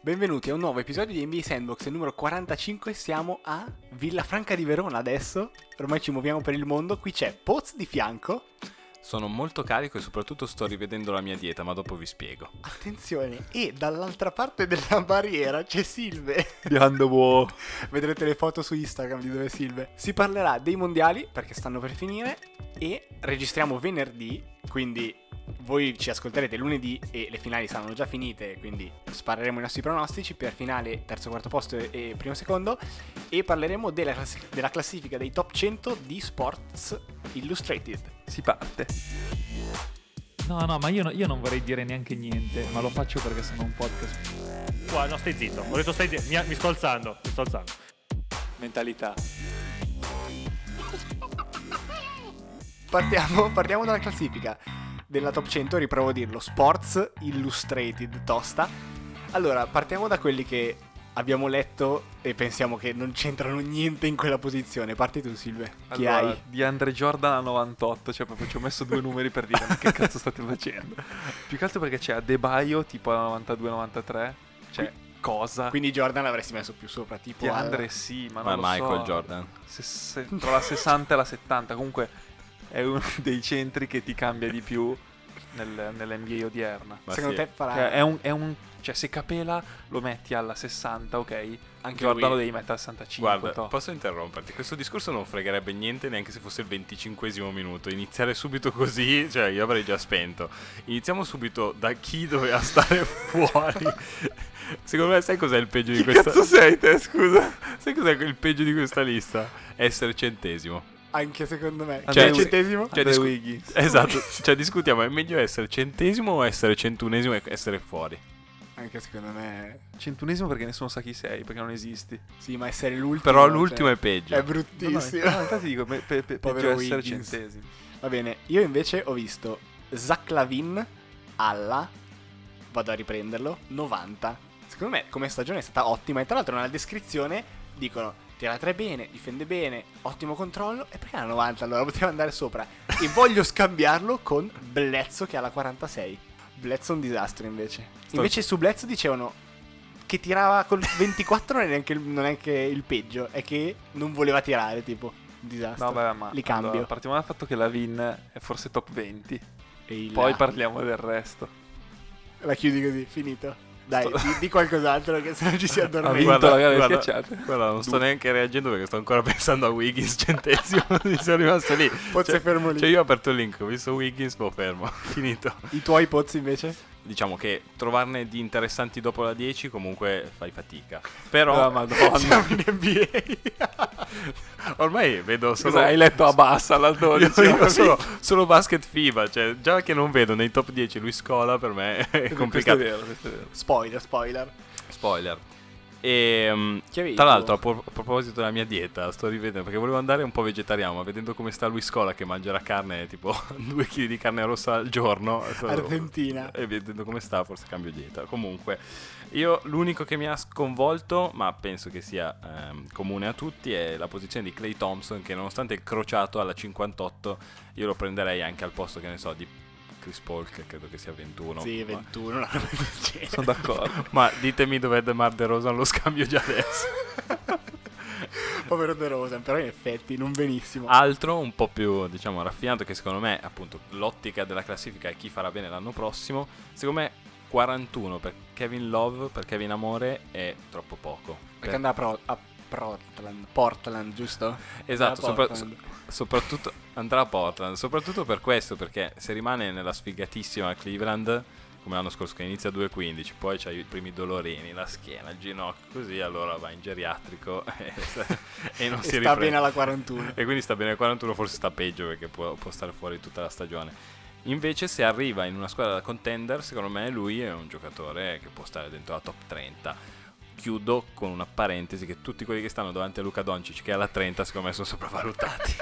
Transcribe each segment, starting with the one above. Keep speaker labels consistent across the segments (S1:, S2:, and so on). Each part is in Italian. S1: Benvenuti a un nuovo episodio di NBA Sandbox numero 45. Siamo a Villafranca di Verona adesso. Ormai ci muoviamo per il mondo. Qui c'è Poz di fianco.
S2: Sono molto carico e soprattutto sto rivedendo la mia dieta, ma dopo vi spiego.
S1: Attenzione, e dall'altra parte della barriera c'è Silve.
S2: Andiamo!
S1: Vedrete le foto su Instagram di dove è Silve. Si parlerà dei mondiali perché stanno per finire e registriamo venerdì, quindi voi ci ascolterete lunedì e le finali saranno già finite, quindi spareremo i nostri pronostici per finale terzo quarto posto e primo secondo e parleremo della, classi- della classifica dei top 100 di Sports Illustrated.
S2: Si parte.
S3: No, no, ma io, no- io non vorrei dire neanche niente, ma lo faccio perché sono un podcast.
S4: Qua, no, stai zitto. Ho detto stai zitto. Mi, mi sto alzando. Mi sto alzando.
S3: Mentalità.
S1: Partiamo, partiamo dalla classifica della top 100, riprovo a dirlo, Sports Illustrated Tosta. Allora, partiamo da quelli che abbiamo letto e pensiamo che non c'entrano niente in quella posizione. Parti tu, Silve. Chi
S5: Allora,
S1: hai?
S5: di Andre Jordan a 98, cioè proprio ci ho messo due numeri per dire ma che cazzo state facendo. Più che altro perché c'è Adebayo tipo a 92-93, cioè cosa?
S1: Quindi Jordan l'avresti messo più sopra, tipo
S5: di
S1: al-
S5: Andre sì, ma
S2: Ma
S5: non Ah, lo
S2: Michael
S5: so.
S2: Jordan.
S5: Se- se- tra la 60 e la 70, comunque è uno dei centri che ti cambia di più nel- nell'NBA odierna.
S2: Ma
S1: Secondo
S2: sì.
S1: te farà
S5: Cioè, è un, è un- cioè, se Capela lo metti alla 60, ok?
S1: anche
S5: Jordan lo
S1: lui?
S5: devi mettere alla 65.
S2: Guarda,
S5: toh.
S2: posso interromperti? Questo discorso non fregherebbe niente neanche se fosse il 25 minuto. Iniziare subito così, cioè io avrei già spento. Iniziamo subito da chi doveva stare fuori. Secondo me sai cos'è il peggio di
S5: Chi
S2: questa
S5: cazzo sei te, scusa?
S2: Sai cos'è il peggio di questa lista? Essere centesimo.
S1: Anche secondo me.
S5: Cioè,
S1: Cioè, centesimo?
S2: Cioè,
S5: Andre
S2: discu-
S5: Wiggins.
S2: Esatto, cioè discutiamo, è meglio essere centesimo o essere centunesimo e essere fuori?
S1: Anche secondo me.
S5: Centunesimo perché nessuno sa chi sei, perché non esisti.
S1: Sì, ma essere l'ultimo.
S2: Però
S1: cioè,
S2: l'ultimo è peggio.
S1: è bruttissimo.
S5: No, no, infatti dico, per pe, pe-
S1: Povero
S5: peggio essere
S1: Wiggins.
S5: centesimo.
S1: Va bene, io invece ho visto Zach Lavin alla, vado a riprenderlo, 90. Secondo me come stagione è stata ottima e tra l'altro nella descrizione dicono tira tre bene, difende bene, ottimo controllo e perché la 90 allora poteva andare sopra. E voglio scambiarlo con Blezzo che ha la 46. Blezzo è un disastro invece. Invece su Blezzo dicevano che tirava col 24 non è neanche il, non è che il peggio, è che non voleva tirare tipo. Un disastro.
S5: No, vabbè, ma
S1: Li cambio.
S5: allora, partiamo dal fatto che la Vin è forse top 20.
S1: E il-
S5: Poi parliamo del resto.
S1: La chiudi così, finito. Dai, di, di qualcos'altro che se non ci si
S5: Ha
S1: addormenta.
S5: vinto
S2: Ah, Guarda,
S5: la gara
S2: guarda.
S5: schiacciata.
S2: Guarda, non sto neanche reagendo perché sto ancora pensando a Wiggins centesimo. Mi sono rimasto lì.
S1: Pozzi è fermo lì.
S2: Cioè, io ho aperto il link, ho visto Wiggins, boh, fermo. Finito.
S1: I tuoi pozzi invece?
S2: Diciamo che trovarne di interessanti dopo la 10 comunque fai fatica. Però.
S5: Ah, madonna.
S2: Siamo in NBA. Ormai vedo solo.
S5: Scusa, hai letto diciamo? a bassa la
S2: Io
S5: 12.
S2: vedo solo, solo basket FIBA, cioè già che non vedo nei top 10 lui scola per me è
S5: Questo è
S2: complicato.
S5: vero, questo è vero.
S1: Spoiler, spoiler.
S2: Spoiler. E, mm,
S1: Chi avevi
S2: tra
S1: tu?
S2: l'altro, a, pro- a proposito della mia dieta, sto rivedendo perché volevo andare un po' vegetariano, ma vedendo come sta lui scola che mangerà carne, tipo 2 kg di carne rossa al giorno. so-
S1: Argentina.
S2: E vedendo come sta, forse cambio dieta. Comunque, io l'unico che mi ha sconvolto, ma penso che sia ehm, comune a tutti, è la posizione di Clay Thompson, che nonostante il crociato alla 58, io lo prenderei anche al posto, che ne so, di Chris Paul, che credo che sia 21.
S1: Sì,
S2: ma-
S1: 21, una roba del genere.
S5: Sono d'accordo.
S2: ma ditemi dov'è DeMar DeRozan, lo scambio già adesso.
S1: Povero De Rosa, però in effetti non benissimo.
S5: Ah,
S2: Altro un po' più, diciamo, raffinato che secondo me, appunto, l'ottica della classifica è chi farà bene l'anno prossimo. Secondo me 41 per Kevin Love, per Kevin Amore è troppo poco.
S1: Perché andava a, Pro- a Portland, Portland, giusto?
S2: Esatto,
S1: Andava a
S2: sopra-
S1: Portland.
S2: soprattutto andrà a Portland, soprattutto per questo, perché se rimane nella sfigatissima Cleveland, come l'anno scorso che inizia a 2.15, poi c'hai i primi dolorini, la schiena, il ginocchio, così allora va in geriatrico e, e non
S1: E
S2: si
S1: sta
S2: riprende.
S1: bene alla 41.
S2: E quindi sta bene al 41, forse sta peggio perché può, può stare fuori tutta la stagione. Invece se arriva in una squadra da contender, secondo me lui è un giocatore che può stare dentro la top 30. Chiudo con una parentesi che tutti quelli che stanno davanti a Luca Doncic che è alla 30 secondo me sono sopravvalutati.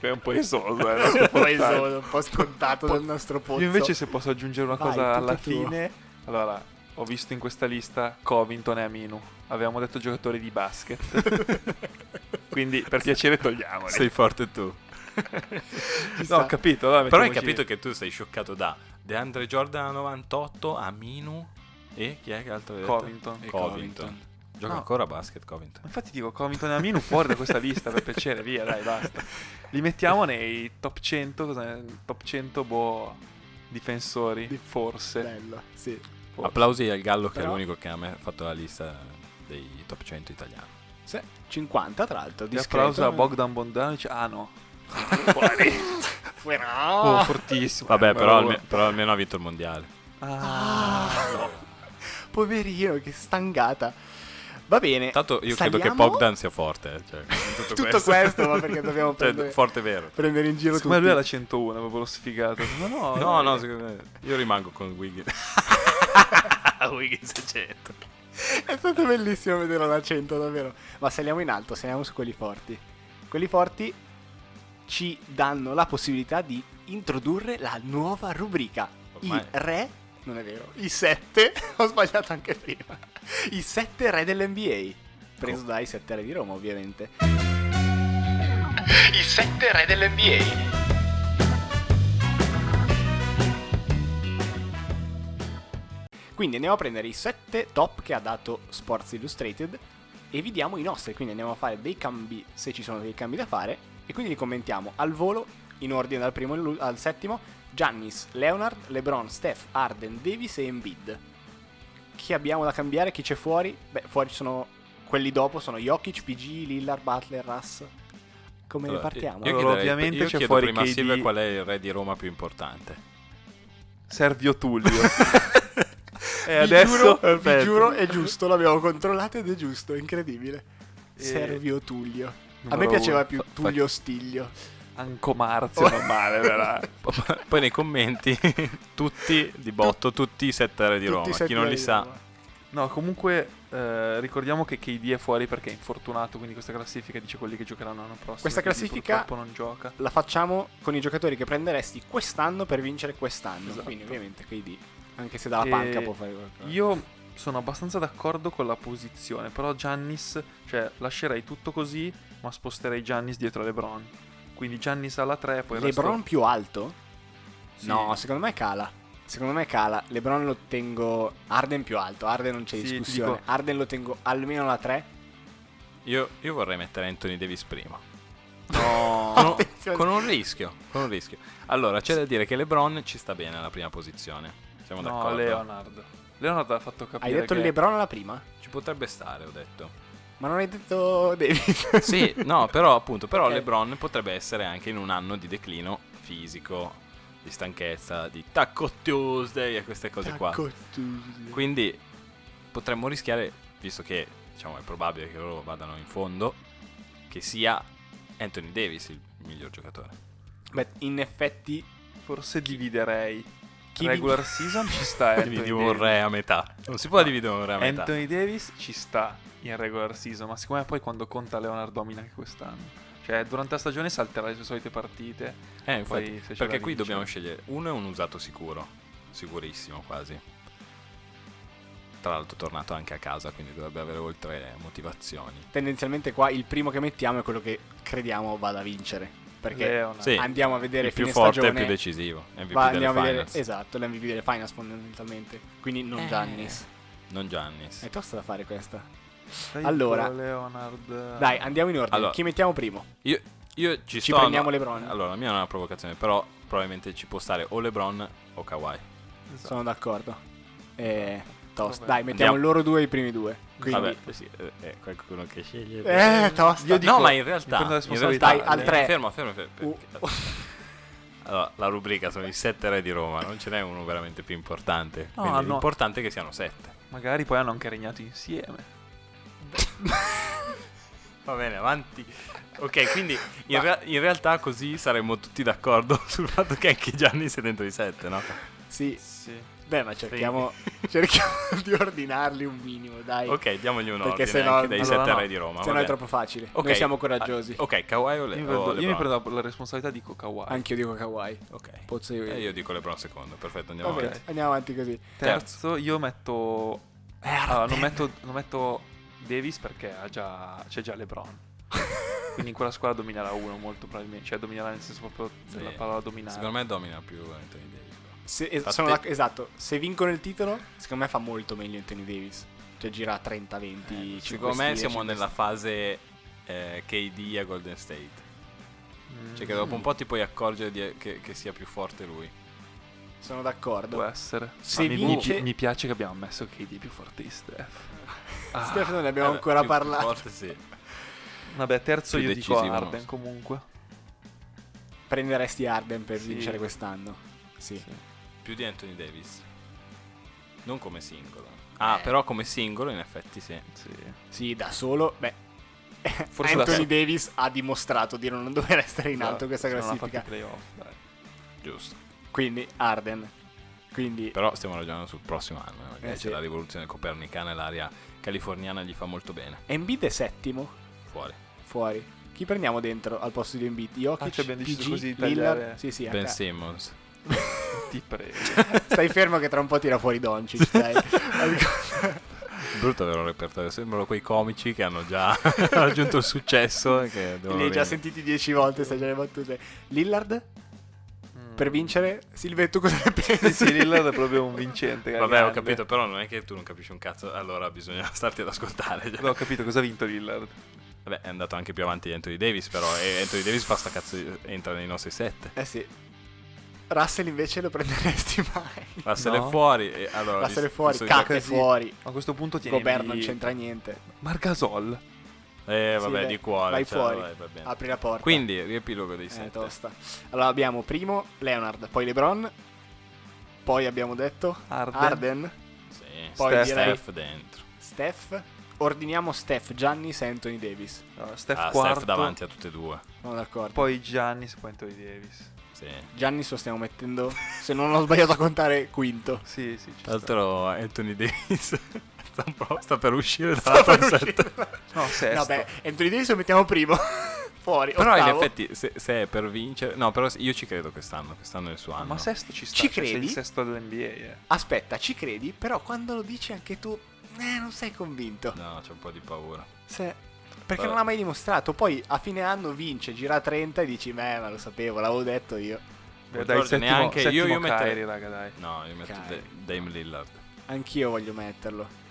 S5: È un po' insolso,
S1: Poi sono un po' scontato dal nostro pozzo.
S5: Io invece se posso aggiungere una
S1: Vai,
S5: cosa
S1: tutto
S5: alla
S1: tuo.
S5: fine, allora ho visto in questa lista Covington e Aminu. Avevamo detto giocatori di basket. Quindi per piacere togliamoli.
S2: Sei forte tu.
S5: No, ho capito. allora
S2: Però hai
S5: mettiamoci-
S2: capito che tu sei scioccato da DeAndre Jordan a 98 a Minu E chi è che altro? hai detto?
S5: Covington.
S2: E
S1: E
S2: Covington.
S1: Covington.
S2: Gioca
S5: No.
S2: ancora a basket Covington.
S5: Infatti dico Covington e Aminu fuori da questa lista per piacere, via, dai, basta. Li mettiamo nei top 100, cosa- top 100 boh difensori, forse.
S1: Bello, sì.
S5: forse.
S2: Applausi al Gallo che
S1: Però-
S2: è l'unico che ha me- fatto la lista dei top 100 italiani.
S1: Sì, 50 tra l'altro,
S5: Di
S1: discreto. eh.
S5: applauso a Bogdan Bondanovic. Ah no,
S1: Fuera.
S5: oh, fortissimo.
S2: Vabbè,
S5: Eh,
S2: però,
S5: bravo.
S2: alme- però almeno ha vinto il mondiale.
S5: Ah,
S1: Poverino, che stangata. Va bene.
S2: Tanto io credo che
S1: Eh, saliamo?
S2: Bogdan sia forte. eh, Cioè, tutto,
S1: Tutto questo, ma perché dobbiamo
S2: Cioè,
S1: prendere-
S2: forte vero.
S1: Prendere in giro
S5: secondo
S1: tutti.
S5: me lui era la 101, proprio lo sfigato. No, no, eh,
S2: No, no, secondo me io rimango con Wiggins. Wiggins è 100.
S1: È stato bellissimo vedere l'accento, davvero. Ma saliamo in alto, saliamo su quelli forti. Quelli forti ci danno la possibilità di introdurre la nuova rubrica.
S2: Ormai-
S1: I re. Non è vero. I sette. Ho sbagliato anche prima. I sette re dell'NBA. Preso dai sette re di Roma, ovviamente. I sette re dell'NBA. Quindi andiamo a prendere i sette top che ha dato Sports Illustrated e vi diamo i nostri, quindi andiamo a fare dei cambi se ci sono dei cambi da fare e quindi li commentiamo al volo in ordine dal primo all'u- al settimo Giannis, Leonard, LeBron, Steph, Arden, Davis e Embiid. Chi abbiamo da cambiare? Chi c'è fuori? Beh, fuori ci sono quelli dopo sono Jokic, PG, Lillard, Butler, Russ. Come ne
S2: Allora,
S1: partiamo?
S2: Io
S5: Allora,
S2: chiederei-
S5: ovviamente
S2: io
S5: c'è
S2: chiedo
S5: fuori
S2: prima a
S5: KD.
S2: Silvia qual è il re di Roma più importante.
S5: Sergio Tullio. e
S1: Vi
S5: Eh, adesso,
S1: giuro, vi
S5: perfetto.
S1: giuro, è giusto, l'abbiamo controllato ed è giusto, è incredibile.
S5: E-
S1: Servio Tullio. A me
S5: Numero
S1: piaceva Oh.
S5: uno.
S1: più
S2: fa-
S1: Tullio Stiglio.
S5: Ancomarzio, normale, verrà.
S2: Poi nei commenti, tutti di botto, tutti i sette re di
S1: Tutti i
S2: Roma.
S1: sette
S2: Chi non
S1: re
S2: li
S1: di
S2: sa,
S1: Roma.
S5: No, comunque eh, ricordiamo che KD è fuori perché è infortunato, quindi questa classifica dice quelli che giocheranno l'anno prossimo.
S1: Questa
S5: quindi
S1: classifica-
S5: purtroppo non gioca.
S1: La facciamo con i giocatori che prenderesti quest'anno per vincere quest'anno.
S5: Esatto.
S1: Quindi, ovviamente, KD. Anche se dalla
S5: E
S1: panca può fare qualcosa.
S5: Eh. Io sono abbastanza d'accordo con la posizione, però Giannis, cioè lascerei tutto così, ma sposterei Giannis dietro a LeBron. Quindi Giannis alla 3, poi il
S1: LeBron
S5: resto-
S1: più alto?
S5: Sì.
S1: No, secondo me cala. Secondo me cala. LeBron lo tengo. Arden più alto. Arden non c'è
S5: Sì, ti
S1: discussione.
S5: dico-
S1: Arden lo tengo almeno alla 3.
S2: io, io vorrei mettere Anthony Davis prima.
S5: No.
S2: Con, un-
S1: Attenzione.
S2: con un rischio, con un rischio. Allora, c'è da dire che LeBron ci sta bene alla prima posizione. Siamo
S5: No,
S2: d'accordo.
S5: Leonard. Leonard ha fatto capire
S1: Hai detto
S5: che...
S1: LeBron alla prima?
S2: Ci potrebbe stare, ho detto.
S1: Ma non hai detto Davis?
S2: Sì, no, però appunto, però
S1: Ok.
S2: LeBron potrebbe essere anche in un anno di declino fisico, di stanchezza, di Tacco Tuesday e queste cose qua.
S1: Quindi,
S2: Quindi potremmo rischiare, visto che diciamo, è probabile che loro vadano in fondo, che sia Anthony Davis il miglior giocatore.
S1: Beh, in effetti,
S5: Forse dividerei.
S1: Chi
S5: Regular season ci sta Anthony
S2: Dividi un
S5: Davis.
S2: re a metà. Non si può dividere un re a metà.
S5: Anthony Davis ci sta in regular season, ma siccome poi quando conta Leonard domina anche quest'anno. Cioè, durante la stagione salterà le sue solite partite.
S2: Eh, infatti,
S5: Poi, se
S2: perché
S5: c'è da
S2: qui
S5: vincere.
S2: dobbiamo scegliere uno è un usato sicuro, sicurissimo quasi. Tra l'altro tornato anche a casa, quindi dovrebbe avere oltre motivazioni.
S1: tendenzialmente qua il primo che mettiamo è quello che crediamo vada a vincere. Perché
S5: Leonard.
S2: Sì,
S1: andiamo a vedere
S2: il più
S1: fine
S2: forte e il
S1: stagione.
S2: più decisivo, MVP
S1: Va-
S2: delle
S1: andiamo a vedere
S2: finals,
S1: esatto, l'MVP delle finals fondamentalmente. Quindi non
S2: Eh.
S1: Giannis.
S2: non Giannis.
S1: È tosta da fare questa.
S5: Dai,
S1: Allora.
S5: però, Leonard.
S1: Dai, andiamo in ordine.
S2: Allora.
S1: Chi mettiamo primo?
S2: Io, io
S1: Ci
S2: ci, sto-
S1: prendiamo
S2: no,
S1: LeBron.
S2: Allora, la mia non è una provocazione, però probabilmente ci può stare o LeBron o Kawhi.
S5: Esatto.
S1: Sono d'accordo. Eh, tosta.
S5: Vabbè.
S1: Dai, mettiamo
S2: Andiamo.
S1: loro due i primi due. Quindi
S2: Vabbè, sì, eh, è qualcuno che sceglie.
S1: Eh, tosta.
S5: Io dico-
S2: no, ma in
S5: mi
S2: realtà,
S5: prendo la
S2: in
S5: responsabilità.
S2: realtà-
S1: Dai, al tre.
S2: Fermo, fermo, fermo.
S1: Uh.
S2: Allora, la rubrica sono i sette re di Roma, non ce n'è uno veramente più importante.
S5: No,
S2: Quindi
S5: no.
S2: l'importante è che siano sette.
S5: Magari poi hanno anche regnato insieme.
S2: Va bene, avanti. Ok, quindi in, rea- in realtà così saremmo tutti d'accordo sul fatto che anche Gianni sia dentro i sette, no?
S1: sì.
S5: Sì.
S1: Beh, ma cerchiamo cerchiamo di ordinarli un minimo, dai.
S2: Ok, diamogli un
S1: Perché
S2: ordine
S1: se no-
S2: anche dei
S5: allora
S2: sette
S5: no,
S2: re di Roma.
S1: Se no
S2: va
S1: è
S2: bene.
S1: troppo facile.
S2: Ok,
S1: Noi siamo coraggiosi.
S2: ah, ok, Kawhi o, le-
S5: Io, mi
S2: o
S5: prendo- io mi
S2: LeBron?
S5: prendo la responsabilità dico Kawhi.
S1: Anche io dico Kawhi.
S2: Ok.
S1: Pozzo io.
S2: Eh, io dico LeBron secondo, perfetto, andiamo
S1: Vabbè,
S2: avanti.
S1: andiamo avanti così.
S5: Terzo, io metto. Allora, non metto, non metto Davis perché ha già- c'è già LeBron. Quindi in quella squadra dominerà uno molto probabilmente. Cioè, dominerà nel senso proprio della
S2: Sì.
S5: parola dominare.
S2: Secondo me domina più Anthony eh, Davis. però.
S1: Se- es-
S2: Infatti-
S1: sono d'ac- esatto, se vincono il titolo, secondo me fa molto meglio Anthony Davis. Cioè gira a 30, 20, 50
S2: Eh, Secondo me siamo nella fase eh, KD a Golden State. Cioè che dopo
S1: Mm.
S2: un po' ti puoi accorgere di- che, che sia più forte lui.
S1: Sono
S5: Può
S1: d'accordo.
S5: essere.
S1: Se
S5: Ma mi- mi,
S1: vince-
S5: pi- mi piace che abbiamo messo KD più eh. forte di Steph.
S1: Stefano ne abbiamo
S2: Eh,
S1: ancora
S2: più- più
S1: parlato.
S2: forte, sì.
S5: Vabbè, terzo
S2: Più
S5: io dico
S2: decisivo,
S5: Arden
S2: no?
S5: comunque.
S1: Prenderesti Arden per
S5: Sì.
S1: vincere quest'anno. Sì.
S2: Più di Anthony Davis. Non come singolo.
S1: Eh.
S2: Ah, però come singolo in effetti sì.
S5: Sì.
S1: Sì, da solo, beh.
S5: Forse da
S1: Anthony
S5: solo.
S1: Davis ha dimostrato di non dover essere in alto
S5: Esatto,
S1: in questa
S5: se non ha fatto
S1: classifica.
S5: i playoff, dai.
S2: Giusto.
S1: Quindi Arden. Quindi
S2: Però stiamo ragionando sul prossimo anno. eh, Magari
S1: Eh,
S2: c'è
S1: sì.
S2: la rivoluzione copernicana e l'area californiana gli fa molto bene.
S1: Embiid è settimo
S2: Fuori.
S1: fuori. Chi prendiamo dentro al posto di Embiid? Jokic,
S5: Ah, ci abbiamo deciso
S1: PG,
S5: così di
S1: Lillard?
S5: tagliare.
S1: Sì, sì,
S2: ben
S1: acca-
S2: Simmons.
S5: Ti prego.
S1: Stai fermo che tra un po' tira fuori Doncic, dai.
S2: Brutto avere un repertorio. Sembrano quei comici che hanno già raggiunto il successo. e Che devono
S1: Li hai già
S2: rim-
S1: sentiti dieci volte, stai già le battute. Lillard
S5: Mm.
S1: per vincere? Silve, tu cosa ne
S5: Sì,
S1: pensi?
S5: sì, Lillard è proprio un vincente.
S2: Vabbè, ho
S5: grande.
S2: capito, però non è che tu non capisci un cazzo, allora bisogna starti ad ascoltare. cioè.
S5: No, ho capito cosa ha vinto Lillard.
S2: Vabbè, è andato anche più avanti di Anthony Davis, però e Anthony Davis fa sta cazzo, di- entra nei nostri sette.
S1: Eh sì. Russell invece lo prenderesti mai.
S2: Russell
S5: No.
S2: è fuori, e allora...
S1: Russell è
S2: visto-
S1: fuori,
S2: visto che-
S1: Kak è
S5: così.
S1: fuori,
S5: A questo punto tieni
S1: Gobert non c'entra niente.
S5: Margasol.
S2: Eh, vabbè,
S1: beh,
S2: di cuore.
S1: vai
S2: cioè,
S1: fuori.
S2: vai, va bene.
S1: Apri la porta.
S2: Quindi, riepilogo dei
S1: Eh,
S2: sette.
S1: tosta. Allora abbiamo primo Leonard, poi LeBron, poi abbiamo detto
S5: Harden.
S1: Arden,
S2: sì,
S1: Poi
S2: Steph,
S1: direi-
S2: Steph dentro.
S1: Steph. Ordiniamo Steph, Gianni e Anthony Davis.
S5: No, Steph
S2: Ah,
S5: quarto.
S2: Steph davanti a tutte e due.
S1: Sono d'accordo.
S5: Poi Gianni, poi Anthony Davis.
S2: Sì.
S1: Gianni lo stiamo mettendo, se non ho sbagliato a contare, quinto.
S5: Sì, sì, ci
S2: Tra
S5: sta.
S2: l'altro Anthony Davis sta, un po'- sta per uscire dalla top set.
S5: No, sesto.
S1: Vabbè, Anthony Davis lo mettiamo primo. Fuori.
S2: Però in
S1: ottavo.
S2: effetti se, se è per vincere... No, però io ci credo quest'anno, quest'anno è il suo anno.
S5: Ma sesto ci sta.
S1: Ci
S5: cioè, sei
S1: credi?
S5: il sesto dell'NBA, eh.
S1: Aspetta, ci credi? Però quando lo dici anche tu, eh, non sei convinto.
S2: No, c'è un po' di paura.
S1: Se- Perché
S2: Vabbè.
S1: non l'ha mai dimostrato. Poi a fine anno vince, gira 30 e dici, beh, ma lo sapevo, l'avevo detto io.
S5: Beh,
S2: Giorgio,
S5: dai, settimo,
S2: neanche- io-
S5: settimo
S2: io metterei-
S5: Kyrie, raga, dai.
S2: No, io metto
S1: Cari.
S2: Da- Dame Lillard.
S1: Anch'io voglio metterlo.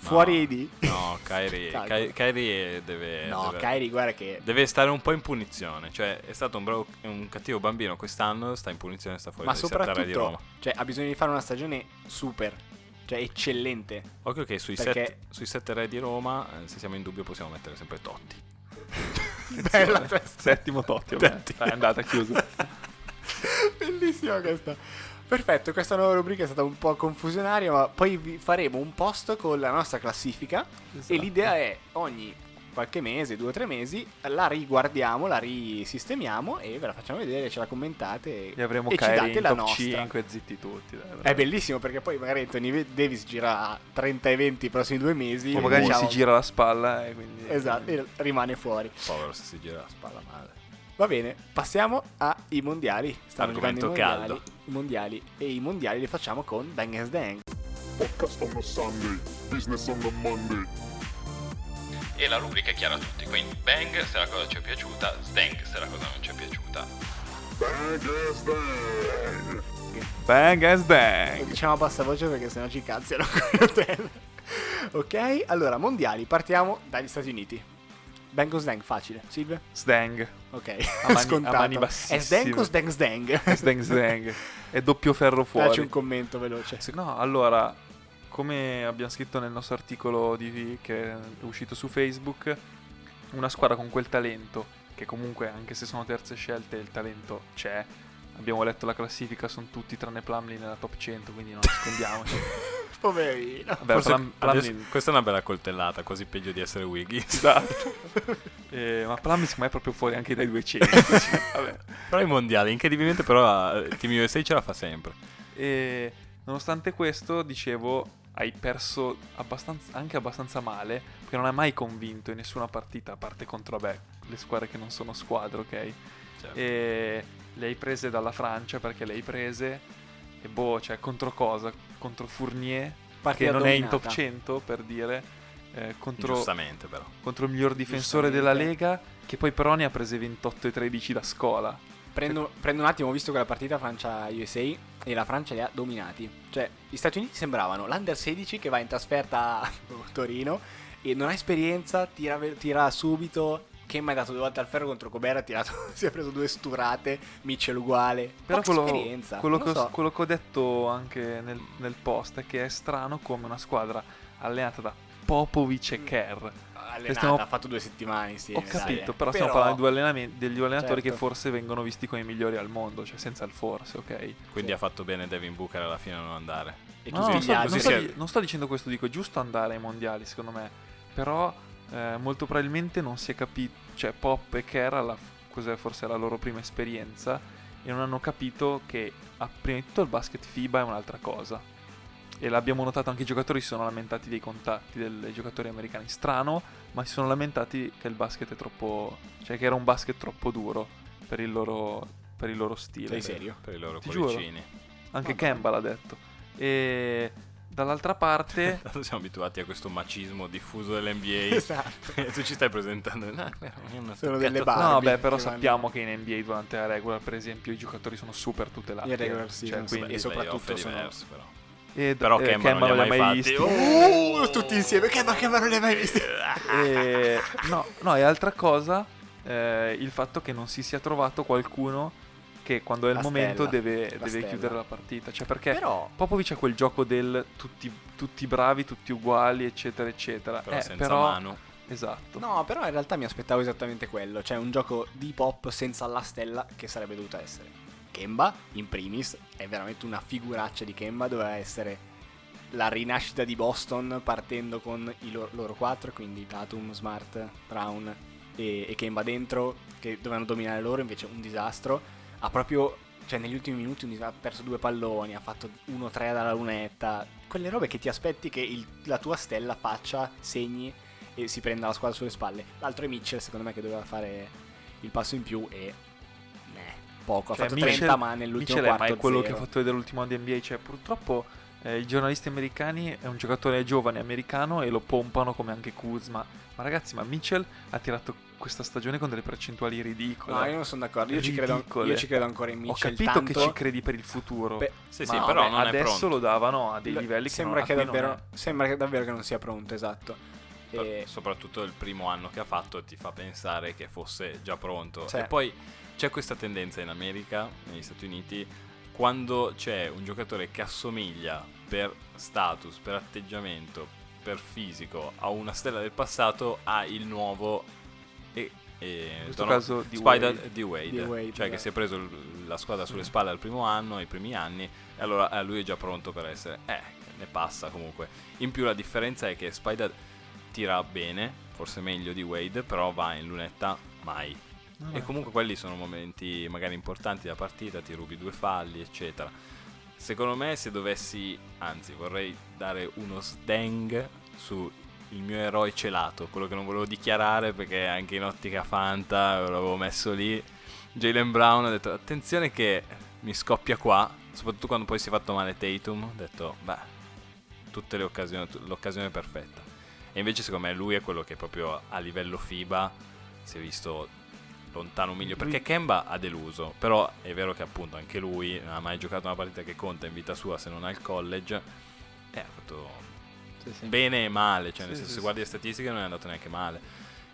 S1: Fuori AD?
S2: No, eh, Kyrie,
S1: Calma.
S2: Ky- Kyrie deve...
S1: No,
S2: deve-
S1: Kairi, guarda che...
S2: Deve stare un po' in punizione, cioè è stato un, bravo- un cattivo bambino quest'anno, sta in punizione, sta fuori
S1: Ma
S2: dai sette aree di
S1: soprattutto,
S2: Roma.
S1: cioè, ha bisogno di fare una stagione super. Cioè, eccellente.
S2: Occhio che sui,
S1: Perché-
S2: sette, sui sette re di Roma, eh, se siamo in dubbio, possiamo mettere sempre Totti.
S1: Bella questa.
S5: Settimo Totti, vabbè. Dai, è andata chiusa.
S1: Bellissima questa. Perfetto, questa nuova rubrica è stata un po' confusionaria, ma poi vi faremo un post con la nostra classifica. E
S5: Esatto.
S1: l'idea è ogni qualche mese, due o tre mesi, la riguardiamo, la risistemiamo e ve la facciamo vedere, ce la commentate
S5: E avremo
S1: e ci
S5: Kyrie
S1: date
S5: in
S1: la
S5: top
S1: nostra.
S5: 5, zitti tutti. Dai,
S1: È
S5: vabbè.
S1: bellissimo perché poi magari Anthony Davis gira a 30 e 20 i prossimi due mesi.
S5: O magari gli
S1: diciamo-
S5: si gira la spalla e quindi...
S1: Esatto, e rimane fuori.
S2: Povero se si gira la spalla male.
S1: Va bene, passiamo ai mondiali. Stanno
S2: Argomento
S1: giocando i mondiali,
S2: caldo.
S1: I mondiali e i mondiali li facciamo con Dang as Dang.
S6: Podcast on a Sunday, business on a Monday.
S7: e la rubrica è chiara a tutti, quindi bang se la cosa ci è piaciuta, stank se la cosa non ci è piaciuta.
S6: Bang is bang.
S5: Bang as
S1: E
S5: dang.
S1: diciamo a bassa voce perché sennò ci cazziano con l'hotel. ok, allora mondiali, partiamo dagli Stati Uniti. Bengals Dang, facile. Silvia?
S5: Sdang.
S1: Ok,
S5: A mani-
S1: scontato.
S5: a mani
S1: È
S5: bassissime.
S1: Sdang o Sdang Sdang?
S5: Sdang sdang. È doppio ferro fuori.
S1: Dacci un commento veloce.
S5: Se- No, allora, come abbiamo scritto nel nostro articolo di- che è uscito su Facebook, una squadra con quel talento, che comunque anche se sono terze scelte il talento c'è, abbiamo letto la classifica, sono tutti tranne Plumlee nella top 100, quindi non nascondiamoci.
S1: Poverino.
S5: Vabbè,
S2: Forse
S5: Plum-
S2: adesso-
S5: Plumlee-
S2: questa è una bella coltellata, quasi peggio di essere Wiggins.
S5: Esatto. Eh, ma Plumlee secondo me è proprio fuori anche dai 200. cioè, vabbè.
S2: però i mondiali, incredibilmente, però eh, Team USA ce la fa sempre.
S5: E nonostante questo, dicevo, hai perso abbastanza- anche abbastanza male, perché non hai mai convinto in nessuna partita, a parte contro vabbè, le squadre che non sono squadre, ok?
S2: Certo.
S5: E le hai prese dalla Francia perché le hai prese, e boh, cioè contro cosa? Contro Fournier,
S1: Partita
S5: che non è in top
S1: dominata.
S5: 100 per dire, eh, contro,
S2: Giustamente, però.
S5: contro il miglior difensore della
S1: Giustamente.
S5: Lega, che poi però ne ha prese 28 e 13 da scuola.
S1: Prendo, prendo un attimo, ho visto quella partita Francia-USA e la Francia li ha dominati. Cioè, gli Stati Uniti sembravano l'Under 16 che va in trasferta a Torino e non ha esperienza, tira, ve- tira subito. Che mi ha dato due volte al ferro contro Cobera, ha tirato, si è preso due sturate, Mitchell uguale. Poca
S5: Però quello,
S1: esperienza.
S5: quello
S1: non
S5: che ho,
S1: so.
S5: quello che ho detto anche nel, nel post è che è strano come una squadra allenata da Popovic e Kerr.
S1: Allenata,
S5: stiamo-
S1: ha fatto due settimane insieme.
S5: Ho capito,
S1: dai, eh.
S5: però stiamo parlando di due allenamenti, degli due allenatori
S1: Certo.
S5: che forse vengono visti come i migliori al mondo, cioè senza il forse, ok?
S2: Quindi ha fatto bene Devin Booker alla fine a non andare.
S1: E
S5: No,
S1: tutti
S5: non,
S1: gli
S5: sto, non
S1: altri-
S5: sto
S2: si è-
S5: di- non sto dicendo questo, dico è giusto andare ai mondiali, secondo me. Però eh, molto probabilmente non si è capito, cioè Pop e Kerr, alla- cos'è forse la loro prima esperienza, e non hanno capito che ah, prima di tutto il basket FIBA è un'altra cosa. E l'abbiamo notato anche i giocatori si sono lamentati dei contatti del- dei giocatori americani. Strano, ma si sono lamentati che il basket è troppo... cioè che era un basket troppo duro per il loro, per il loro stile.
S1: Sei serio?
S2: Per i loro
S5: Ti giuro.
S2: cuoricini.
S5: Anche Kemba l'ha detto. E dall'altra parte...
S2: Tanto siamo abituati a questo macismo diffuso dell'NBA.
S1: Esatto.
S2: E tu ci stai presentando. No, è una
S1: Sono delle
S2: toccata-
S1: Barbie
S5: No, beh, però
S1: che vanno-
S5: sappiamo che in NBA durante la regola, per esempio, i giocatori sono super tutelati.
S1: In regular
S5: eh.
S1: season, sì.
S5: Cioè,
S2: Beh,
S1: e
S5: quindi...
S1: soprattutto
S2: playoff è
S1: sono-
S2: diverso, però.
S5: e,
S2: Però
S5: eh,
S2: Kemba non li ha
S5: li ha
S2: mai fatti.
S5: visti.
S1: Uh, tutti insieme. Che ma che ma non li hai mai visti?
S5: Eh, E- no, no, e altra cosa, eh, il fatto che non si sia trovato qualcuno che quando è il
S1: La
S5: momento
S1: stella.
S5: deve,
S1: La
S5: deve
S1: stella.
S5: chiudere la partita. Cioè, perché
S1: Però
S5: Popovic ha quel gioco del tutti, tutti bravi, tutti uguali, eccetera, eccetera.
S2: Però
S5: Eh,
S2: senza
S5: però-
S2: mano.
S5: Esatto.
S1: No, però in realtà mi aspettavo esattamente quello, cioè un gioco di pop senza la stella che sarebbe dovuta essere. Kemba, in primis, è veramente una figuraccia di Kemba, doveva essere la rinascita di Boston partendo con i loro, loro quattro, quindi Tatum, Smart, Brown e, e Kemba dentro, che dovevano dominare loro, invece un disastro. Ha proprio, cioè negli ultimi minuti un dis- ha perso due palloni, ha fatto 1-3 dalla lunetta, quelle robe che ti aspetti che il- la tua stella faccia, segni e si prenda la squadra sulle spalle. L'altro è Mitchell, secondo me, che doveva fare il passo in più e... eh, poco, ha
S5: Cioè,
S1: fatto
S5: Mitchell-
S1: 30 ma nell'ultimo
S5: Mitchell è
S1: quarto
S5: mai quello
S1: zero.
S5: che ha fatto vedere l'ultimo anno di NBA. Cioè, purtroppo eh, i giornalisti americani è un giocatore giovane americano e lo pompano come anche Kuzma. Ma ragazzi, ma Mitchell ha tirato questa stagione con delle percentuali ridicole.
S1: No, io non sono d'accordo, io ci, credo,
S5: Ridicole.
S1: io ci credo ancora in
S5: Ho
S1: Mitchell.
S5: capito
S1: tanto...
S5: che ci credi per il futuro.
S1: Beh,
S2: Sì, sì,
S5: ma
S2: però
S5: vabbè,
S2: non è
S5: adesso
S2: pronto.
S5: lo davano a dei
S1: Lo-
S5: livelli che
S1: sembra
S5: non,
S1: che
S5: a cui non
S1: davvero,
S5: è.
S1: sembra che davvero che non sia pronto, esatto.
S2: Però
S1: E-
S2: soprattutto il primo anno che ha fatto ti fa pensare che fosse già pronto.
S1: Cioè-
S2: E poi c'è questa tendenza in America, negli Stati Uniti, quando c'è un giocatore che assomiglia per status, per atteggiamento, per fisico a una stella del passato, ha il nuovo e, e
S5: In questo
S2: sono-
S5: caso di
S2: Spider
S5: Wade.
S2: di Wade,
S1: D. Wade,
S2: cioè che
S1: esatto.
S2: si è preso l- la squadra sulle spalle al primo anno, ai primi anni, e allora eh, lui è già pronto per essere, eh, ne passa comunque. In più la differenza è che Spider tira bene, forse meglio di Wade, però va in lunetta mai.
S5: No,
S2: E comunque quelli sono momenti magari importanti della partita, ti rubi due falli, eccetera. Secondo me se dovessi, anzi vorrei dare uno sdeng su il mio eroe celato, quello che non volevo dichiarare perché anche in ottica Fanta l'avevo messo lì. Jalen Brown ha detto attenzione che mi scoppia qua, soprattutto quando poi si è fatto male Tatum, ho detto beh, tutte le occasioni, tu- l'occasione perfetta. E invece secondo me lui è quello che proprio a livello FIBA si è visto lontano un miglio, perché Kemba ha deluso, però è vero che appunto anche lui non ha mai giocato una partita che conta in vita sua se non al college e ha fatto
S1: sì, sì.
S2: bene e male, cioè nel
S5: Sì,
S2: senso
S5: sì,
S2: se
S5: sì.
S2: guardi le statistiche non è andato neanche male.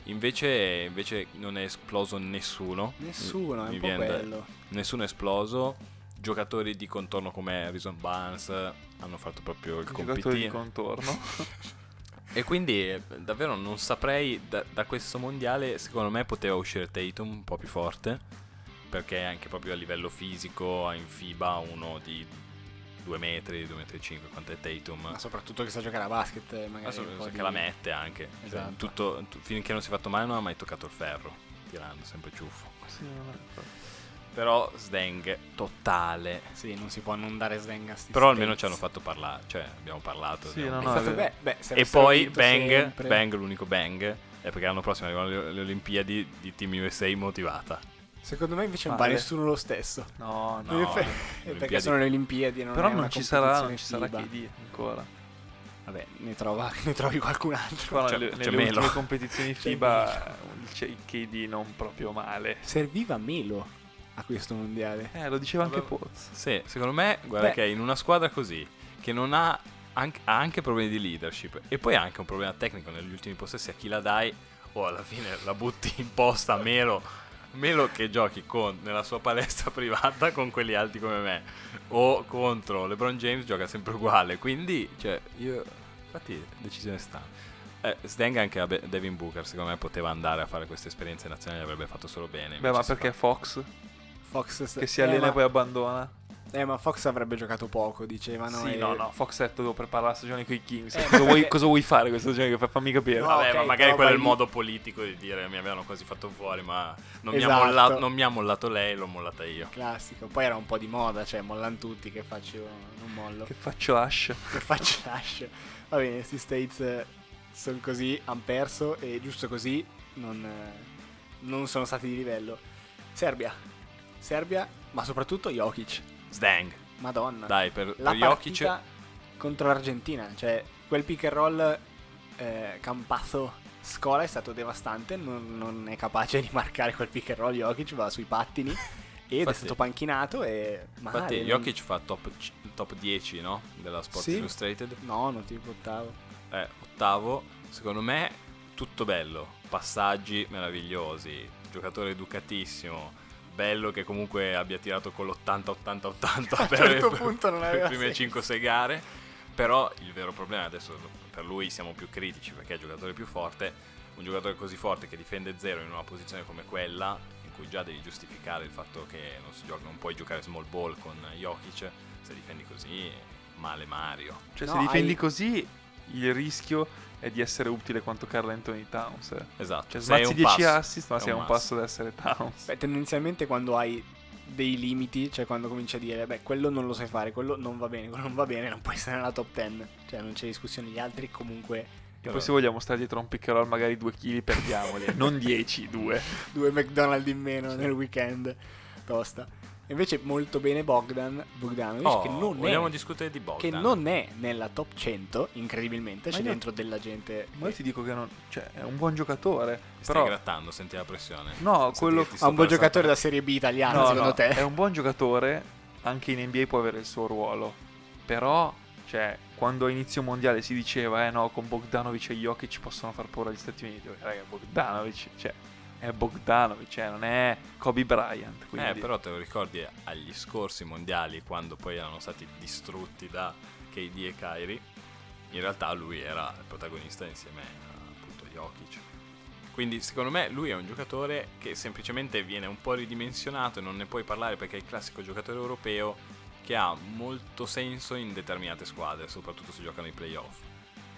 S2: Invece, invece non è esploso nessuno.
S1: Nessuno, è
S2: Mi
S1: un po'
S2: viene da-
S1: quello.
S2: Nessuno è esploso. Giocatori di contorno come Harrison Barnes hanno fatto proprio il
S5: Un giocatore di
S2: compitino.
S5: contorno.
S2: E quindi eh, davvero non saprei da, da questo mondiale, secondo me poteva uscire Tatum un po' più forte, perché anche proprio a livello fisico in FIBA uno di 2 metri, 2 metri e 5, quanto è Tatum.
S1: Ma soprattutto che sa giocare a basket, eh, magari.
S2: Adesso
S1: un po'
S2: che
S1: di-
S2: la mette anche. Cioè,
S1: Esatto.
S2: tutto- tu- finché non si è fatto male non ha mai toccato il ferro, tirando sempre ciuffo.
S5: Sì, non è-
S2: Però Sdeng totale.
S1: Sì, non si può non dare Svenga a sti
S2: Però almeno ci hanno
S1: stezzi.
S2: fatto parlare, cioè abbiamo parlato.
S5: Sì,
S2: abbiamo
S5: no,
S1: È
S5: no,
S1: stato
S5: è vero.
S1: be- beh, se
S2: E
S1: avessero
S2: poi
S1: vinto
S2: bang,
S1: sempre-
S2: bang, l'unico bang, è perché l'anno prossimo arrivano le, le Olimpiadi di Team USA motivata.
S1: Secondo me invece non va
S5: Vale.
S1: nessuno lo stesso.
S5: No, no.
S1: In
S2: No,
S1: effetti-
S2: le
S1: perché
S2: Olimpiadi-
S1: sono le Olimpiadi, non
S5: Però
S1: è una
S5: non ci, sarà, non
S1: competizione
S5: ci sarà
S1: FIBA.
S5: KD ancora.
S1: Vabbè, ne, trova- ne trovi qualcun altro.
S5: Qua
S2: Cioè,
S5: nelle,
S2: c'è
S5: nelle
S2: Melo.
S5: ultime competizioni eh,
S1: C'è
S5: FIBA c'è il KD non proprio male.
S1: Serviva Melo. a questo mondiale.
S5: Eh, lo diceva anche
S2: Vabbè.
S5: Poz.
S2: Sì, secondo me, guarda
S1: Beh.
S2: che in una squadra così, che non ha anche, ha anche problemi di leadership e poi ha anche un problema tecnico negli ultimi possessi, a chi la dai o alla fine la butti in posta a Melo, Melo che giochi con, nella sua palestra privata con quelli alti come me o contro LeBron James gioca sempre uguale, quindi cioè, io, infatti decisione strana. Eh, Steng anche a Be- Devin Booker, secondo me poteva andare a fare queste esperienze nazionali, avrebbe fatto solo bene.
S5: Beh,
S2: invece
S5: ma
S2: si
S5: perché
S2: fa-
S5: Fox?
S1: Fox
S5: Che si allena
S1: eh,
S5: e poi
S1: ma,
S5: abbandona.
S1: eh, ma Fox avrebbe giocato poco, dicevano. eh,
S5: sì,
S1: e-
S5: no, no. Fox ha detto devo preparare la stagione con i Kings.
S1: Eh,
S5: cosa,
S1: ma-
S5: vuoi, cosa vuoi fare questa stagione? Che fa- fammi capire.
S1: No,
S2: Vabbè,
S1: ok,
S2: ma magari
S1: però
S2: quello è il
S1: vai lì.
S2: modo politico di dire mi avevano quasi fatto fuori, ma non, mi, ha
S1: Esatto.
S2: molla- non mi ha mollato lei, l'ho mollata io.
S1: Classico. Poi era un po' di moda, cioè mollan tutti, che faccio non mollo.
S5: Che faccio Ash?
S1: che faccia Ash. Va bene, questi States sono così, hanno perso e giusto così non, eh, non sono stati di livello. Serbia, Serbia, ma soprattutto Jokic.
S2: Sdang.
S1: Madonna.
S2: Dai, per,
S1: La
S2: per Jokic
S1: partita contro l'Argentina, cioè quel pick and roll eh, Campazzo Scola è stato devastante, non, non è capace di marcare quel pick and roll Jokic, va sui pattini ed è
S2: Infatti-
S1: stato panchinato e... male,
S2: Infatti,
S1: non-
S2: Jokic fa top, c- top 10, no? Della Sports
S1: Sì.
S2: Illustrated.
S1: No, non ti ottavo.
S2: Eh, ottavo. Secondo me, tutto bello. Passaggi meravigliosi. Giocatore educatissimo. Bello che comunque abbia tirato con
S1: A
S2: l'80-80-80
S1: un
S2: per
S1: certo
S2: per-
S1: punto non
S2: le
S1: aveva
S2: prime
S1: senso.
S2: 5-6 gare. Però il vero problema adesso per lui siamo più critici perché è il giocatore più forte. Un giocatore così forte che difende zero in una posizione come quella, in cui già devi giustificare il fatto che non, si gioca- non puoi giocare small ball con Jokic, se difendi così, male Mario.
S5: Cioè,
S1: No,
S5: se difendi
S1: hai-
S5: così, il rischio è di essere utile quanto Carl Anthony Towns. eh.
S2: Esatto.
S5: Cioè,
S2: sei
S5: smazzi
S2: un
S5: 10
S2: pass,
S5: assist, ma
S2: è
S5: sei a un
S2: mass.
S5: passo da essere Towns.
S1: Beh, tendenzialmente quando hai dei limiti, cioè quando cominci a dire, beh, quello non lo sai fare, quello non va bene, quello non va bene, non puoi stare nella top 10. Cioè, non c'è discussione, gli altri comunque
S5: E poi se vogliamo stare dietro a un pick and roll magari 2 kg perdiamoli, non 10, 2.
S1: due McDonald's in meno nel weekend. Tosta. Invece molto bene Bogdan Bogdanovic
S2: Oh,
S1: che, non
S2: vogliamo
S1: è,
S2: discutere di Bogdan.
S1: che non è nella top 100, incredibilmente,
S5: Ma
S1: c'è
S5: io-
S1: dentro della gente.
S5: Ma io ti dico che non, cioè, è un buon giocatore,
S2: Ti stai
S5: però
S2: grattando, senti la pressione.
S5: No,
S2: Senti
S5: quello-
S2: che ti sto
S1: Ha un buon
S2: per
S1: giocatore da
S2: saltare.
S1: Serie B italiana,
S5: no,
S1: secondo
S5: no,
S1: te?
S5: è un buon giocatore, anche in NBA può avere il suo ruolo, però cioè, quando a inizio mondiale si diceva eh no, con Bogdanovic e Jokic possono far paura agli Stati Uniti, Io, raga, Bogdanovic, cioè, è Bogdanovic, cioè, non è Kobe Bryant, quindi
S2: Eh, però te lo ricordi agli scorsi mondiali, quando poi erano stati distrutti da KD e Kairi. In realtà lui era il protagonista insieme a appunto Jokic. Quindi secondo me lui è un giocatore che semplicemente viene un po' ridimensionato e non ne puoi parlare perché è il classico giocatore europeo che ha molto senso in determinate squadre, soprattutto se giocano i playoff.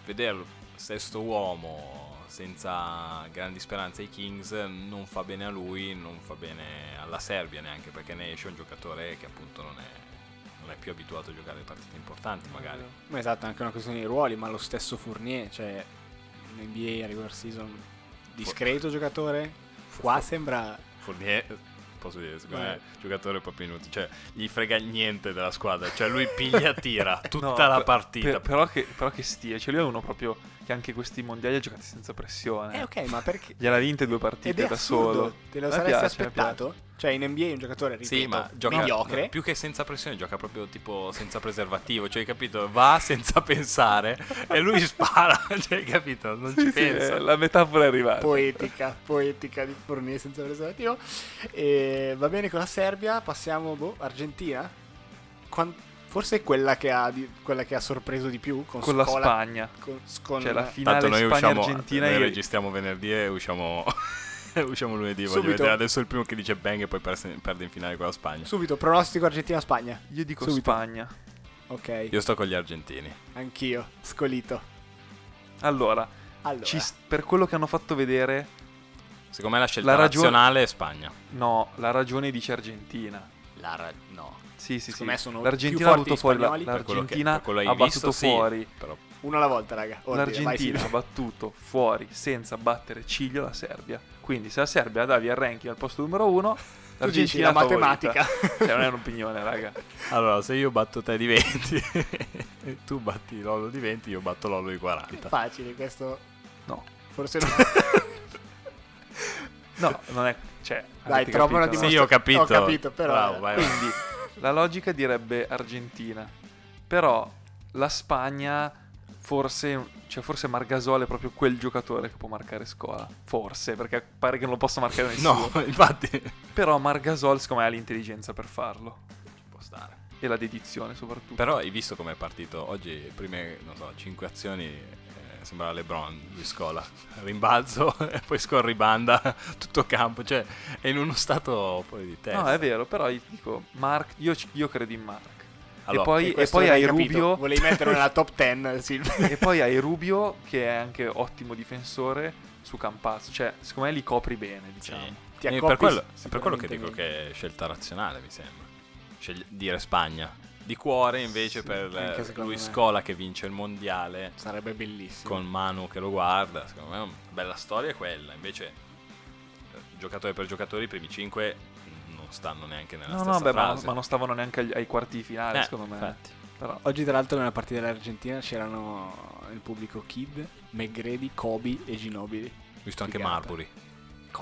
S2: Vederlo sesto uomo senza grandi speranze ai Kings non fa bene a lui, non fa bene alla Serbia neanche perché ne esce un giocatore che appunto non è, non è più abituato a giocare partite importanti magari.
S1: Ma esatto, è anche una questione di ruoli, ma lo stesso Fournier, cioè un NBA regular season discreto giocatore, qua sembra
S5: eh.
S2: Fournier, eh, posso dire, secondo
S1: Eh.
S2: me, giocatore proprio inutile, cioè gli frega niente della squadra, cioè lui piglia tira
S5: No,
S2: tutta la
S5: per-
S2: partita.
S5: per- però, che, però che stia, cioè lui è uno proprio che anche questi mondiali ha giocati senza pressione.
S1: Eh ok, ma perché
S5: Gliel'ha vinte due partite
S1: Ed è
S5: da
S1: assurdo,
S5: solo.
S1: Te lo
S5: Mi
S1: saresti
S5: piace, mi
S1: aspettato? Cioè in NBA un giocatore ripeto,
S2: sì, ma gioca
S1: mediocre.
S2: più che senza pressione, gioca proprio tipo senza preservativo, cioè hai capito? Va senza pensare e lui spara, cioè hai capito? Non
S5: piace.
S2: ci
S5: Sì, sì,
S2: pensa.
S5: eh, la metafora è arrivata.
S1: Poetica, poetica di Fornì senza preservativo. E va bene con la Serbia, passiamo boh, Argentina. Quan- forse è quella che ha di- quella che ha sorpreso di più con,
S5: con la
S1: Scola-
S5: Spagna.
S1: con- con-
S5: Cioè la
S2: Tanto
S5: finale
S2: noi usciamo, eh,
S5: Spagna-Argentina
S2: noi
S5: ieri-
S2: registriamo venerdì e usciamo, usciamo lunedì, voglio
S1: Subito.
S2: vedere adesso il primo che dice bang e poi perse- perde in finale con la Spagna.
S1: subito pronostico Argentina Spagna.
S5: Io dico
S1: Subito.
S5: Spagna.
S1: Ok,
S2: Io sto con gli argentini.
S1: anch'io, scolito.
S5: Allora,
S1: Allora,
S5: ci s- per quello che hanno fatto vedere,
S2: Secondo me la scelta
S5: La ragione-
S2: nazionale è Spagna.
S5: no, la ragione dice Argentina.
S2: La no.
S5: Sì, sì, sì.
S1: Secondo me sono più
S5: L'Argentina ha
S1: forti
S5: battuto
S1: gli
S5: fuori la-
S1: spagnoli per
S2: quello che-
S5: l'Argentina
S2: per quello hai
S5: ha
S2: visto,
S5: battuto
S2: sì.
S5: fuori.
S2: Però
S1: una alla volta, raga. Oddio, vai,
S5: L'Argentina ha
S1: Silo.
S5: battuto fuori senza battere ciglio la Serbia. Quindi se la Serbia davi al ranking al posto numero uno,
S1: Tu dici
S5: l'Argentina
S1: la
S5: è favorita.
S1: matematica.
S5: Cioè, non è un'opinione, raga.
S2: Allora, se io batto te di 20 e tu batti Lolo di 20, io batto Lolo di 40.
S1: Facile, questo
S5: No.
S1: forse no.
S5: No, non è... Cioè,
S1: Dai,
S5: avete
S1: trova una
S5: capito, no?
S2: Sì, ho capito.
S1: Ho capito, però.
S2: Bravo, vai, vai.
S5: Quindi la logica direbbe Argentina, però la Spagna forse, cioè forse Margasol è proprio quel giocatore che può marcare scuola, forse, perché pare che non lo possa marcare nessuno.
S2: No, infatti.
S5: Però Margasol secondo me ha l'intelligenza per farlo
S2: Può stare.
S5: e la dedizione soprattutto.
S2: Però hai visto com'è partito? Oggi le prime, non so, 5 azioni eh, sembrava LeBron, lui scola, rimbalzo e poi scorribanda tutto campo, cioè è in uno stato fuori di testa.
S5: no, è vero, però io dico Mark, io, ci- io credo in Mark.
S2: Allora,
S5: e poi, e
S1: questo
S5: poi
S1: non hai
S5: hai
S1: capito.
S5: Rubio
S1: Volevi metterlo nella top 10, Silvio.
S5: E poi hai Rubio che è anche ottimo difensore su Campazzo, cioè secondo me li copri bene,
S2: Sì.
S5: diciamo.
S1: Ti
S2: Eh, per,
S1: accoppi
S2: quello, è per quello che
S1: sicuramente
S2: dico
S1: meglio.
S2: che è scelta razionale, mi sembra. Scegli- dire Spagna. Di cuore invece
S1: Sì,
S2: per
S1: anche
S2: eh,
S1: secondo me.
S2: lui scola che vince il mondiale
S1: Sarebbe bellissimo.
S2: con Manu che lo guarda. Secondo me è una bella storia quella. Invece, eh, giocatore per giocatore, i primi 5 non stanno neanche nella
S5: No,
S2: stessa
S5: no, beh, ma,
S2: frase.
S5: ma non stavano neanche agli- ai quarti di finale,
S2: Eh,
S5: secondo me.
S2: infatti.
S5: Però
S1: Oggi, tra l'altro, nella partita dell'Argentina c'erano nel pubblico Kid, McGrady, Kobe e Ginobili.
S2: Ho visto anche
S1: Figata.
S2: Marbury.
S5: Ecco,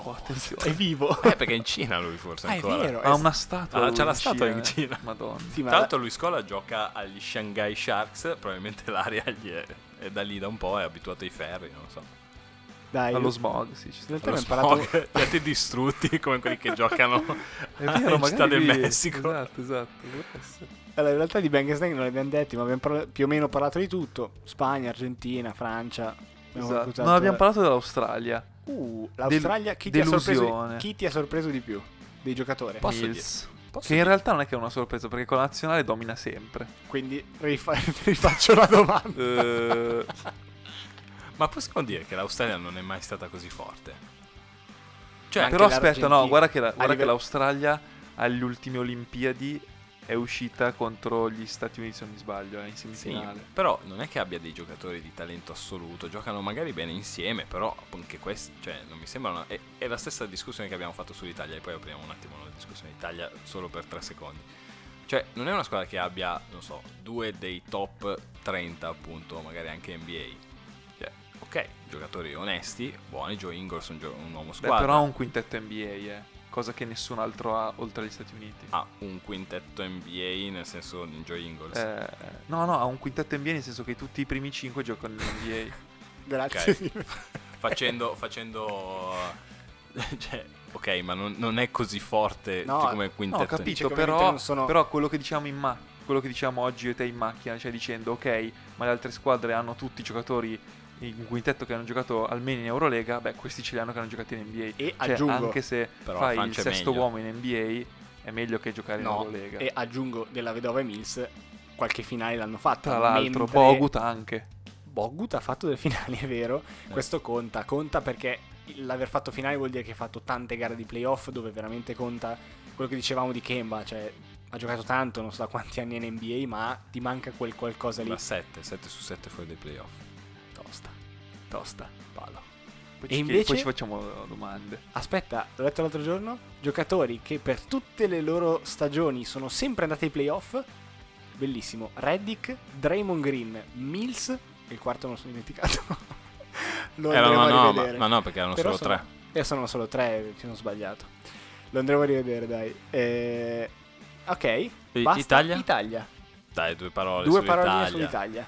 S1: Oh, attenzione. È vivo.
S2: Eh, perché è in Cina lui forse
S1: Ah, è
S2: ancora.
S1: vero.
S5: ha una statua.
S2: Ah,
S5: lui
S2: c'ha la
S5: in
S2: statua
S5: Cina,
S2: in
S5: eh.
S2: Cina.
S5: Madonna.
S1: Sì, ma
S2: Tra l'altro lui Scola gioca agli Shanghai Sharks, probabilmente l'aria gli è, è da lì da un po', è abituato ai ferri, non lo so.
S1: dai,
S5: Allo
S1: in
S5: smog, sì, ci sta.
S1: realtà
S2: Lo
S1: mi ho imparato...
S2: smog, siete distrutti come quelli che giocano
S5: È
S2: alla
S5: vero,
S2: città
S5: magari
S2: del
S5: lì-
S2: Messico.
S5: Esatto, esatto. può essere.
S1: Allora, in realtà di Bang Snag non abbiamo detto, ma abbiamo parla- più o meno parlato di tutto. Spagna, Argentina, Francia. abbiamo
S5: Esatto.
S1: valutato-
S5: Non abbiamo parlato dell'Australia.
S1: Uh, l'Australia, chi, ti ha sorpreso di,
S5: delusione.
S1: chi ti ha sorpreso di più? Dei giocatori.
S2: Posso
S5: Mills.
S2: Posso
S5: Che in realtà non è che è una sorpresa, perché con la nazionale domina sempre.
S1: Quindi rifa- rifaccio la domanda.
S5: Eh,
S2: Ma possiamo dire che l'Australia non è mai stata così forte? Cioè,
S1: Anche
S5: però aspetta,
S1: l'Argentina.
S5: no, guarda che, la-
S1: A
S5: guarda che
S1: livello-
S5: l'Australia alle ultime Olimpiadi è uscita contro gli Stati Uniti, se non mi sbaglio, eh, in
S2: Sì,
S5: semifinale.
S2: però non è che abbia dei giocatori di talento assoluto, giocano magari bene insieme, però anche questo, cioè, non mi sembra una- È, è la stessa discussione che abbiamo fatto sull'Italia, e poi apriamo un attimo la discussione Italia solo per tre secondi. Cioè, non è una squadra che abbia, non so, due dei top 30, appunto, magari anche NBA. Cioè, ok, giocatori onesti, buoni, Joe Ingles, un, gio- un uomo
S5: Beh,
S2: squadra.
S5: però ha un quintetto NBA, eh, cosa che nessun altro ha oltre agli Stati Uniti.
S2: Ha un quintetto NBA, nel senso di Joe Ingles.
S5: Eh, no, no, ha un quintetto NBA nel senso che tutti i primi 5 giocano in NBA.
S1: Grazie.
S2: facendo, facendo cioè, ok, ma non, non è così forte
S1: No,
S2: cioè, come quintetto.
S5: No, ho
S1: Dice
S5: capito,
S1: che ovviamente
S5: però,
S1: non sono-
S5: però quello che diciamo in ma- quello che diciamo oggi io e te in macchina, cioè dicendo ok, ma le altre squadre hanno tutti i giocatori in un quintetto che hanno giocato almeno in Eurolega, beh, questi ce li hanno che hanno giocato in NBA.
S1: E
S5: Cioè,
S1: aggiungo-
S5: anche se
S2: Però la
S5: fai il
S2: Francia è
S5: sesto
S2: meglio.
S5: uomo in NBA è meglio che giocare in
S1: No,
S5: Eurolega.
S1: e aggiungo della vedova e Mills, qualche finale l'hanno fatta.
S5: Tra l'altro,
S1: mentre
S5: Bogut anche.
S1: Bogut ha fatto delle finali, è vero. Questo conta, conta perché l'aver fatto finale vuol dire che ha fatto tante gare di playoff dove veramente conta quello che dicevamo di Kemba, cioè ha giocato tanto, non so da quanti anni è in NBA, ma ti manca quel qualcosa lì.
S2: Ma 7, 7 su 7 fuori dai playoff.
S1: Tosta, tosta, palla.
S5: Poi,
S1: E
S5: ci,
S1: invece-
S5: poi ci facciamo domande.
S1: Aspetta, l'ho detto l'altro giorno, giocatori che per tutte le loro stagioni sono sempre andati ai playoff. Bellissimo. Reddick, Draymond Green, Mills, e il quarto non sono dimenticato. Lo
S2: Eh, ma,
S1: andremo
S2: no,
S1: a
S2: no, ma,
S1: rivedere.
S2: ma no, perché erano
S1: Però
S2: solo
S1: sono-
S2: 3.
S1: Eh, sono solo tre, ci sono sbagliato. Lo andremo a rivedere, dai. Eh, ok.
S2: E-
S1: basta.
S2: Italia? Dai, due parole
S1: Due
S2: sull'Italia.
S1: parole sull'Italia.
S2: Io,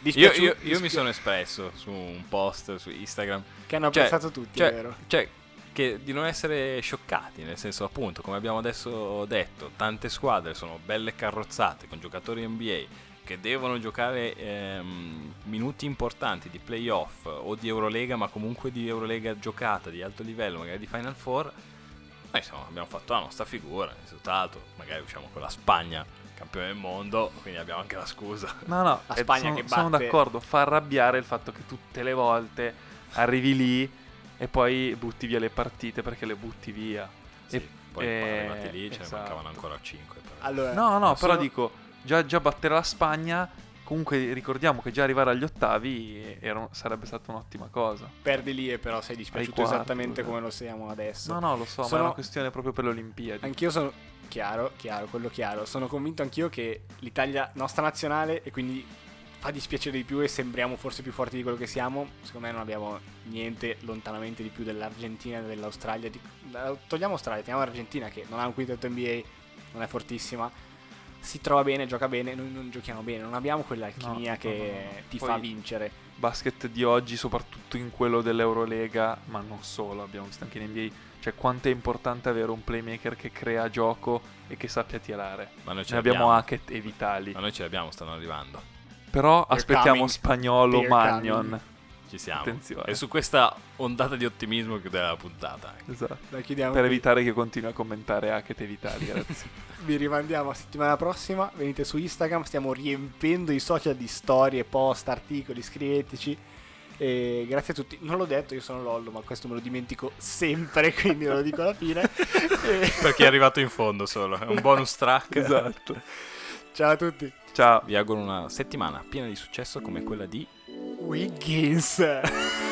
S1: Dispiaci-
S2: io- io mi
S1: dispi-
S2: sono espresso su un post su Instagram.
S1: Che hanno
S2: Cioè,
S1: apprezzato tutti,
S2: cioè,
S1: vero?
S2: cioè, che di non essere scioccati, nel senso appunto, come abbiamo adesso detto, tante squadre sono belle carrozzate con giocatori NBA che devono giocare ehm, minuti importanti di playoff o di Eurolega, ma comunque di Eurolega giocata di alto livello, magari di Final Four. Noi siamo- abbiamo fatto la nostra figura, risultato, magari usciamo con la Spagna, campione del mondo, quindi abbiamo anche la scusa.
S5: No, no,
S1: La
S5: eh,
S1: Spagna
S5: sono,
S1: che
S5: sono
S1: batte-
S5: d'accordo, fa arrabbiare il fatto che tutte le volte arrivi lì e poi butti via le partite perché le butti via.
S2: Sì,
S5: E-
S2: poi
S5: eh,
S2: quando arrivati lì ce
S5: esatto.
S2: ne mancavano ancora 5.
S1: Allora,
S5: No, no, però
S1: Eh, sono-
S5: dico, già, già battere la Spagna, comunque ricordiamo che già arrivare agli ottavi era un- sarebbe stata un'ottima cosa.
S1: Perdi lì e però sei dispiaciuto
S5: quarti,
S1: esattamente
S5: eh.
S1: come lo siamo adesso.
S5: No, no, lo so, ma
S1: Sono-
S5: è una questione proprio per le Olimpiadi.
S1: Anch'io sono chiaro, chiaro, quello chiaro. Sono convinto anch'io che l'Italia nostra nazionale e quindi fa dispiacere di più e sembriamo forse più forti di quello che siamo. Secondo me non abbiamo niente lontanamente di più dell'Argentina, dell'Australia. di- da- Togliamo Australia, teniamo l'Argentina che non ha un quintetto NBA, non è fortissima. Si trova bene, gioca bene, noi non giochiamo bene, non abbiamo quell'alchimia
S5: No,
S1: che
S5: no, no, no.
S1: ti
S5: Poi-
S1: fa vincere.
S5: basket di oggi, soprattutto in quello dell'Eurolega, ma non solo, abbiamo visto anche in NBA, cioè quanto è importante avere un playmaker che crea gioco e che sappia tirare.
S2: Ma noi ce
S5: ne abbiamo
S2: l'abbiamo.
S5: Hackett e Vitali.
S2: Ma noi ce l'abbiamo, stanno arrivando.
S5: Però
S1: They're
S5: aspettiamo
S1: coming.
S5: Spagnolo
S1: They're
S5: Magnon.
S1: coming.
S2: Ci siamo.
S5: Attenzione.
S2: E su questa ondata di ottimismo chiuderà la puntata. ecco.
S5: Esatto.
S1: La chiudiamo.
S5: Per
S1: qui.
S5: evitare che continui a commentare Hackett e Vitali, grazie.
S1: Vi rimandiamo a settimana prossima. Venite su Instagram, stiamo riempendo i social di storie, post, articoli, scriveteci. E grazie a tutti. Non l'ho detto, io sono Lollo, ma questo me lo dimentico sempre, quindi non lo dico alla fine. E-
S2: Per chi è arrivato in fondo solo. È un bonus track.
S5: esatto.
S1: Ciao a tutti.
S5: Ciao.
S2: Vi auguro una settimana piena di successo come quella di
S1: Wiggins.